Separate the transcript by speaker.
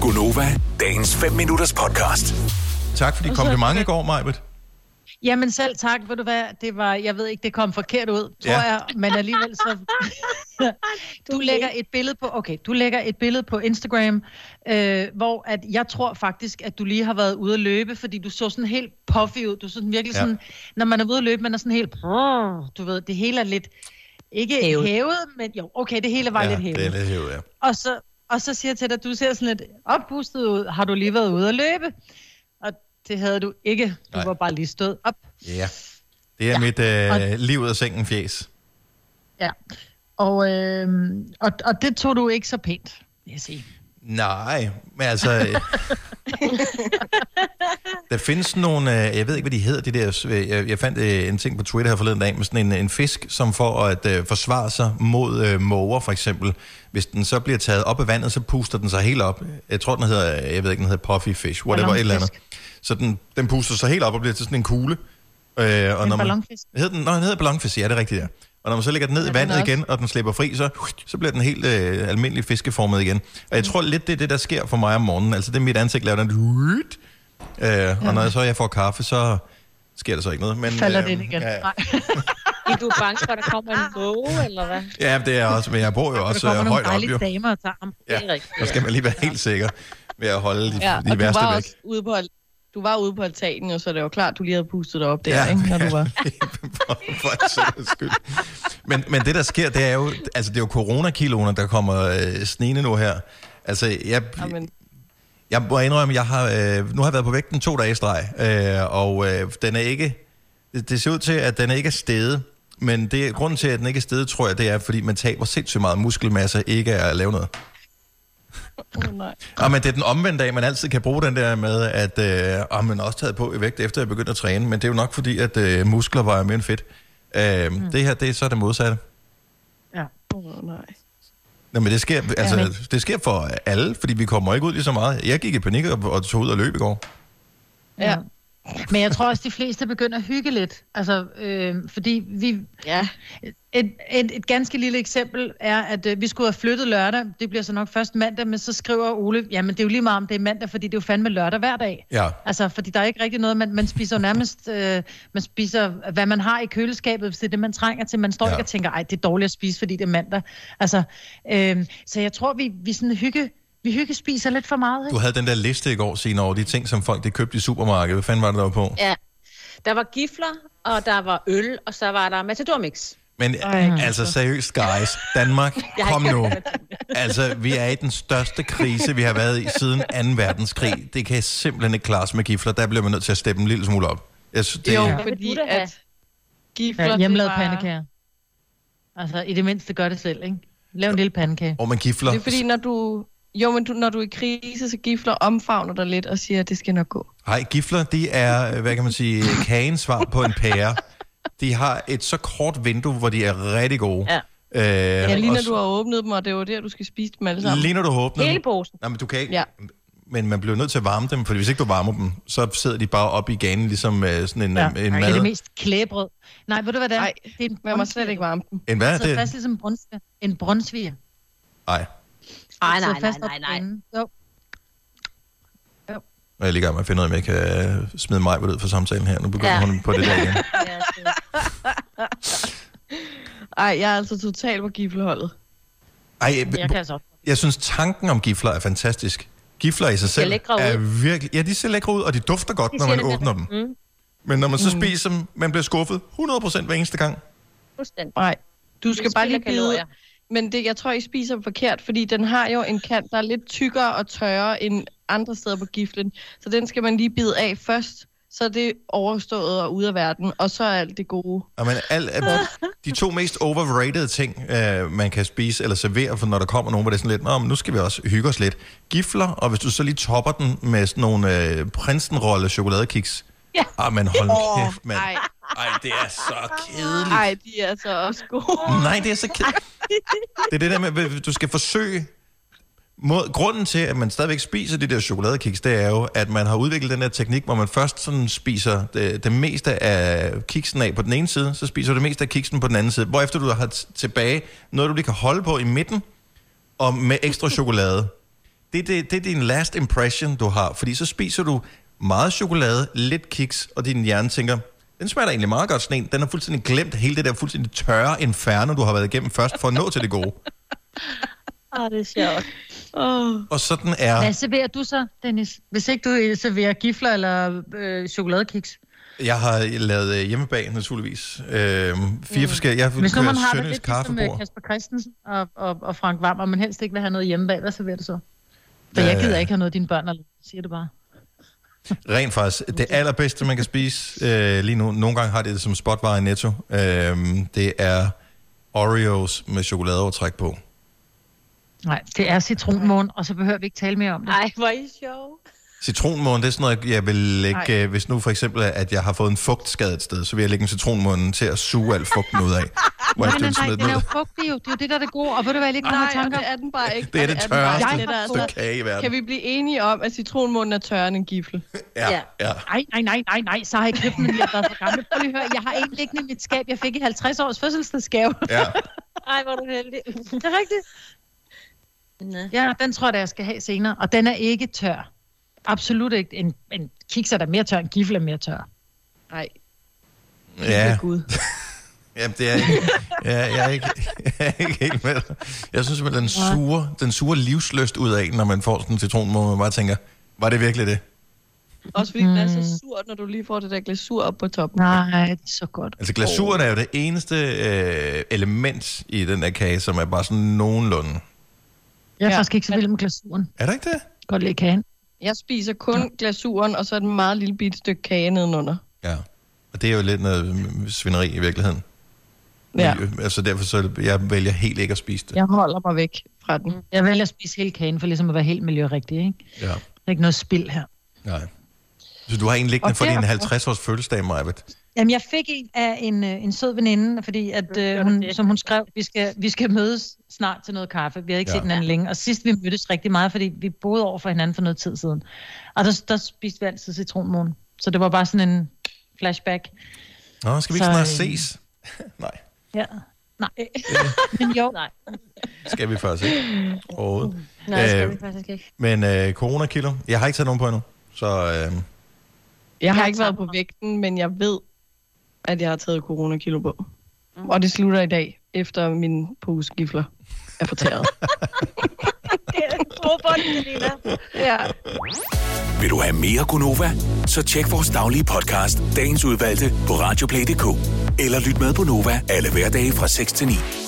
Speaker 1: Gunova, dagens 5 minutters podcast.
Speaker 2: Tak for de
Speaker 3: Og så-
Speaker 2: komplimenter i går, Majbet.
Speaker 3: Jamen selv tak, ved du hvad, det var, jeg ved ikke, det kom forkert ud, tror
Speaker 2: Ja.
Speaker 3: ja. jeg, men alligevel så... du lægger et billede på, okay, du lægger et billede på Instagram, øh, hvor at jeg tror faktisk, at du lige har været ude at løbe, fordi du så sådan helt puffy ud, du så sådan virkelig
Speaker 2: Ja.
Speaker 3: sådan, når man er ude at løbe, man er sådan helt,
Speaker 4: Mm.
Speaker 3: du ved, det hele er lidt, ikke hævet,
Speaker 4: Hævet.
Speaker 3: men jo, okay, det hele var
Speaker 2: ja,
Speaker 3: lidt hævet.
Speaker 2: det er lidt hævet, ja.
Speaker 3: Og så, og så siger jeg til dig, du ser sådan lidt oppustet ud. Har du lige været ude at løbe? Og det havde du ikke. Du
Speaker 2: Nej.
Speaker 3: Nej. var bare lige stået op.
Speaker 2: Ja. Det er ja. mit øh, liv ud af sengen fjes.
Speaker 3: Ja. Og, øh, og, og det tog du ikke så pænt, vil jeg sige.
Speaker 2: Nej, men altså... øh, der findes nogle... øh, Jeg ved ikke, hvad de hedder, de der... øh, Jeg, jeg fandt øh, en ting på Twitter her forleden dag med sådan en, en fisk, som for at øh, forsvare sig mod øh, måger, for eksempel. Hvis den så bliver taget op af vandet, så puster den sig helt op. Jeg tror, den hedder... øh, Jeg ved ikke, den hedder Puffyfish. Whatever, et eller andet. Så den, den puster sig helt op og bliver til sådan en kugle. Øh, og en
Speaker 3: ballonfisk.
Speaker 2: Hed den, nå, den hedder ballonfisk, ja, det er rigtigt, ja. Og når man så lægger den ned ja, i
Speaker 3: den
Speaker 2: vandet
Speaker 3: er også-
Speaker 2: igen, og den slipper fri, så, så bliver den helt øh, almindelig fiskeformet igen. Og jeg tror lidt, det er det, der sker for mig om morgenen. Altså, det er mit ansigt, laver den... Øh, Og når jeg så jeg får kaffe, så sker der så ikke noget. Men,
Speaker 3: Falder
Speaker 2: øh,
Speaker 3: det ind igen.
Speaker 2: Ja,
Speaker 3: Nej.
Speaker 4: Er du bange for, at der kommer en måge, eller hvad?
Speaker 2: ja, det er jeg også, men jeg bor jo
Speaker 3: Der
Speaker 2: også
Speaker 3: kommer
Speaker 2: øh,
Speaker 3: nogle
Speaker 2: højt op,
Speaker 3: dejlige
Speaker 2: jo.
Speaker 3: damer og tager ham.
Speaker 2: Ja,
Speaker 4: Det er rigtigt,
Speaker 2: så skal man lige være helt sikker ved at holde de,
Speaker 5: Ja,
Speaker 2: de
Speaker 5: og du
Speaker 2: værste
Speaker 5: var
Speaker 2: væk.
Speaker 5: også ude på, al- du var ude på altanen, jo, så det var klart, du lige havde pustet dig op der,
Speaker 2: Ja,
Speaker 5: ja, ikke, når du var...
Speaker 2: for, for en sikkerheds skyld. Men, men det, der sker, det er jo, altså, det er jo coronakiloene, der kommer øh, snigende nu her. Altså, jeg,
Speaker 5: Jamen,
Speaker 2: jeg må indrømme, jeg har, øh, nu har jeg været på vægten to dage i streg, øh, og øh, den er ikke, det, det ser ud til, at den ikke er steget, men det, grunden til, at den ikke er steget, tror jeg, det er, fordi man taber sindssygt meget muskelmasse, ikke af at lave noget.
Speaker 5: oh, nej.
Speaker 2: Ja, men det er den omvendte af, man altid kan bruge den der med, at øh, ah, man er også taget på i vægt, efter jeg begyndte at træne, men det er jo nok fordi, at øh, muskler vejer mere end fedt. Øh, mm. Det her, det er så det modsatte.
Speaker 3: Ja.
Speaker 5: Oh, nej.
Speaker 2: Nå, men det sker, altså, det sker for alle, fordi vi kommer ikke ud lige så meget. Jeg gik i panik og, og tog ud og løb i går.
Speaker 5: Ja.
Speaker 3: Men jeg tror også, de fleste begynder at hygge lidt. Altså, øh, fordi vi,
Speaker 5: ja.
Speaker 3: Et, et, et ganske lille eksempel er, at øh, vi skulle have flyttet lørdag. Det bliver så nok først mandag, men så skriver Ole, jamen det er jo lige meget om det er mandag, fordi det er jo fandme lørdag hver dag.
Speaker 2: Ja.
Speaker 3: Altså, fordi der er ikke rigtig noget, man, man spiser jo nærmest, øh, man spiser, hvad man har i køleskabet, hvis det er det, man trænger til. Man står
Speaker 2: Ja.
Speaker 3: ja. ikke og tænker, ej, det er dårligt at spise, fordi det er mandag. Altså, øh, så jeg tror, vi, vi sådan hygge, vi hygge spiser lidt for meget,
Speaker 2: Du
Speaker 3: ikke?
Speaker 2: havde den der liste i går, Signe, over de ting, som folk de købte i supermarkedet. Hvad fanden var det, der var på?
Speaker 4: Ja. Der var gifler, og der var øl, og så var der matadormix.
Speaker 2: Men altså seriøst, guys. Danmark, kom nu. Altså, vi er i den største krise, vi har været i siden 2. verdenskrig. Det kan simpelthen ikke klares med gifler. Der bliver man nødt til at steppe en lille smule op. Jeg synes, det,
Speaker 5: Jo,
Speaker 2: jo.
Speaker 4: Hvad vil
Speaker 5: fordi
Speaker 4: du da have?
Speaker 5: at... Gifler,
Speaker 3: Ja, hjemmelavet
Speaker 5: det var-
Speaker 3: pandekager. Altså, i det mindste gør det selv, ikke? Lav en lille pandekage.
Speaker 2: Og man gifler.
Speaker 5: Det er fordi, når du... Jo, men du, når du er i krise, så gifler omfavner dig lidt og siger, at det skal nok gå.
Speaker 2: Nej, gifler, de er, hvad kan man sige, kagens svar på en pære. De har et så kort vindue, hvor de er rigtig gode.
Speaker 4: Ja.
Speaker 2: Øh,
Speaker 5: Ja, lige når
Speaker 2: og
Speaker 5: du har åbnet dem, og det var der, du skal spise dem alle
Speaker 2: s-
Speaker 5: sammen.
Speaker 2: Lige når du har åbnet
Speaker 4: Hele
Speaker 2: dem.
Speaker 4: posen.
Speaker 2: Nej, men du kan ikke.
Speaker 5: Ja.
Speaker 2: Men man bliver nødt til at varme dem, for hvis ikke du varmer dem, så sidder de bare op i ganen, ligesom øh, sådan en, ja. en, en
Speaker 3: Det er det
Speaker 2: mad.
Speaker 3: mest klæbrød. Nej, ved du hvad det er?
Speaker 5: Nej,
Speaker 3: det er en
Speaker 5: Man må slet ikke varme dem.
Speaker 2: En hvad?
Speaker 3: Det sidder
Speaker 2: Det?
Speaker 3: fast ligesom en brunsviger. En brunsviger.
Speaker 2: Nej,
Speaker 4: Ej,
Speaker 3: Den sidder
Speaker 4: nej, nej,
Speaker 3: fast op
Speaker 4: nej,
Speaker 3: i
Speaker 4: nej.
Speaker 3: enden. Jo.
Speaker 2: Og jeg er lige i gang med at finde ud af, om jeg kan øh, smide mig ud for samtalen her. Nu begynder ja.
Speaker 4: Ja.
Speaker 2: hun på det der igen.
Speaker 4: Ja, det-
Speaker 5: Ej, jeg er altså totalt på gifleholdet.
Speaker 2: Ej, jeg,
Speaker 3: Jeg kan altså også.
Speaker 2: jeg synes, tanken om gifler er fantastisk. Gifler i sig
Speaker 4: ser
Speaker 2: selv
Speaker 4: lækre ud.
Speaker 2: er virkelig... Ja, de ser lækre ud, og de dufter godt, de når
Speaker 4: siger
Speaker 2: man
Speaker 4: nemlig-
Speaker 2: åbner dem.
Speaker 4: Mm,
Speaker 2: Men når man så spiser dem, man bliver skuffet 100% hver eneste gang.
Speaker 4: fuldstændig.
Speaker 5: Nej, du
Speaker 4: Det
Speaker 5: skal bare lige
Speaker 4: spilder
Speaker 5: bide...
Speaker 4: kalorier.
Speaker 5: Men det, jeg tror, I spiser dem forkert, fordi den har jo en kant, der er lidt tykkere og tørre end andre steder på giflen. Så den skal man lige bide af først, så er det overstået og ude af verden, og så er alt det gode.
Speaker 2: Og man, al, al, de to mest overrated ting, øh, man kan spise eller servere, for når der kommer nogen, hvor det er sådan lidt, Nå, men nu skal vi også hygge os lidt. Gifler, og hvis du så lige topper den med sådan nogle øh, prinsenrolle chokoladekiks. Ja. Ah, men hold oh, kæft, mand.
Speaker 5: Ej,
Speaker 2: Ej, det er så kedeligt.
Speaker 5: ej, de er altså også gode.
Speaker 2: Nej, det er så kedeligt. Det er det der med, at du skal forsøge... Mod, grunden til, at man stadigvæk spiser de der chokoladekiks, det er jo, at man har udviklet den der teknik, hvor man først sådan spiser det, det meste af kiksen af på den ene side, så spiser du det meste af kiksen på den anden side, hvorefter du har t- tilbage noget, du lige kan holde på i midten, og med ekstra chokolade. Det, det, det er din last impression, du har. Fordi så spiser du meget chokolade, lidt kiks, og din hjerne tænker, den smager da egentlig meget godt, sådan en. Den har fuldstændig glemt hele det der fuldstændig tørre inferno, du har været igennem først for at nå til det gode.
Speaker 4: Åh, det er sjovt.
Speaker 2: Og sådan er...
Speaker 3: Hvad serverer du så, Dennis? Hvis ikke du øh, serverer gifler eller øh, chokoladekiks.
Speaker 2: Jeg har lavet øh, hjemmebag, naturligvis. Øhm, fire forskellige... Jeg har
Speaker 3: Hvis nu man har det
Speaker 2: Sønderjysk
Speaker 3: lidt ligesom øh,
Speaker 2: kaffebord.
Speaker 3: Kasper Christensen og, og, og Frank Vam, og man helst ikke vil have noget hjemme bag, hvad serverer du så? For jeg
Speaker 2: Øh.
Speaker 3: gider ikke have noget af dine børn, eller siger det bare.
Speaker 2: Rent faktisk, det allerbedste, man kan spise øh, lige nu, nogle gange har det det som spotvarer i Netto, øh, det er Oreos med chokoladeovertræk på.
Speaker 3: Nej, det er citronmåne, og så behøver vi ikke tale mere om det.
Speaker 4: Ej, hvor er I sjov.
Speaker 2: Citronmåne, det er sådan noget, jeg vil lægge, øh, hvis nu for eksempel, at jeg har fået en fugtskade et sted, så vil jeg lægge en citronmåne til at suge al fugten ud af. Hvor jeg
Speaker 3: Nej, nej,
Speaker 2: skal
Speaker 3: nej,
Speaker 2: smide
Speaker 3: den
Speaker 2: den
Speaker 3: er
Speaker 2: ud.
Speaker 3: jo fugtig jo. Det er jo det, der er det gode. Og ved du hvad, jeg lige kommer i
Speaker 5: Nej, og
Speaker 3: tanker?
Speaker 5: det er den bare ikke.
Speaker 2: Det er
Speaker 5: Og
Speaker 2: det
Speaker 5: den bare
Speaker 2: tørreste
Speaker 5: ikke. Det er der altså.
Speaker 2: stykke kage i
Speaker 5: Kan
Speaker 2: verden.
Speaker 5: vi blive enige om, at citronmånen er tørre end en gifle?
Speaker 2: Ja, ja.
Speaker 3: Nej, nej, nej, nej, nej, så har jeg købt den, men jeg har været for gammel. Prøv lige at høre, jeg har en liggende i mit skab, jeg fik i 50 års fødselsdagsgave.
Speaker 2: ja.
Speaker 4: Ej, hvor er du heldig.
Speaker 3: Det er rigtigt.
Speaker 4: Nå.
Speaker 3: Ja, den tror jeg, da, jeg skal have senere. Og den er ikke tør. Absolut ikke. En, en kiks er da mere tør, en gifle er mere tør.
Speaker 5: Nej,
Speaker 2: ja.
Speaker 5: Gud.
Speaker 2: Jamen, det er ikke, ja, jeg, er ikke, jeg er ikke helt med dig. Jeg synes simpelthen, den sure, den sure livsløst ud af, en, når man får sådan en citron, hvor man bare tænker, var det virkelig det?
Speaker 5: Også fordi den er så sur, når du lige får det der glasur op på toppen.
Speaker 3: Nej, det er så godt.
Speaker 2: Altså glasuren er jo det eneste øh, element i den der kage, som er bare sådan nogenlunde.
Speaker 3: Jeg er
Speaker 5: Ja.
Speaker 3: ja. faktisk ikke så vild med glasuren.
Speaker 2: Er der ikke det?
Speaker 3: Godt lide kagen.
Speaker 5: Jeg spiser kun glasuren, og så et meget lille bitte stykke kage nedenunder.
Speaker 2: Ja. Og det er jo lidt noget mm, svineri i virkeligheden.
Speaker 5: Ja,
Speaker 2: Men, øh, Altså derfor så jeg vælger helt ikke at spise det.
Speaker 5: jeg holder mig væk fra den.
Speaker 3: Jeg vælger at spise hele kagen, for ligesom at være helt miljørigtig, ikke?
Speaker 2: Ja.
Speaker 3: Der er ikke noget spild her.
Speaker 2: Nej. Så du har en liggende
Speaker 5: Og
Speaker 2: for din
Speaker 5: derfor-
Speaker 2: 50-års fødselsdag, Majbet.
Speaker 3: Jamen, jeg fik en af en, øh, en sød veninde, fordi at, øh, hun, som hun skrev, vi skal, vi skal mødes snart til noget kaffe. Vi har ikke
Speaker 2: Ja.
Speaker 3: ja. set hinanden længe, og sidst vi mødtes rigtig meget, fordi vi boede over for hinanden for noget tid siden. Og der, der spiste vi altid citronmåne. Så det var bare sådan en flashback.
Speaker 2: Nå, skal vi ikke
Speaker 3: Så,
Speaker 2: snart
Speaker 3: øh,
Speaker 2: ses? Nej,
Speaker 3: Ja. Nej. Men jo.
Speaker 4: Nej,
Speaker 2: skal vi faktisk ikke. Overhovedet.
Speaker 4: nej, det skal
Speaker 2: Øh,
Speaker 4: vi faktisk ikke.
Speaker 2: Men øh, coronakilder, jeg har ikke taget nogen på endnu. Så øh,
Speaker 5: Jeg har
Speaker 4: Jeg
Speaker 5: ikke været
Speaker 4: tager
Speaker 5: på vægten, men jeg ved, at jeg har taget coronakilo på. Og det slutter i dag, efter min pose gifler er fortæret.
Speaker 4: Det er robot, Selina.
Speaker 5: ja.
Speaker 1: Vil du have mere Gunova? Så tjek vores daglige podcast, dagens udvalgte, på radioplay.dk. Eller lyt med på Nova alle hverdage fra 6 til 9.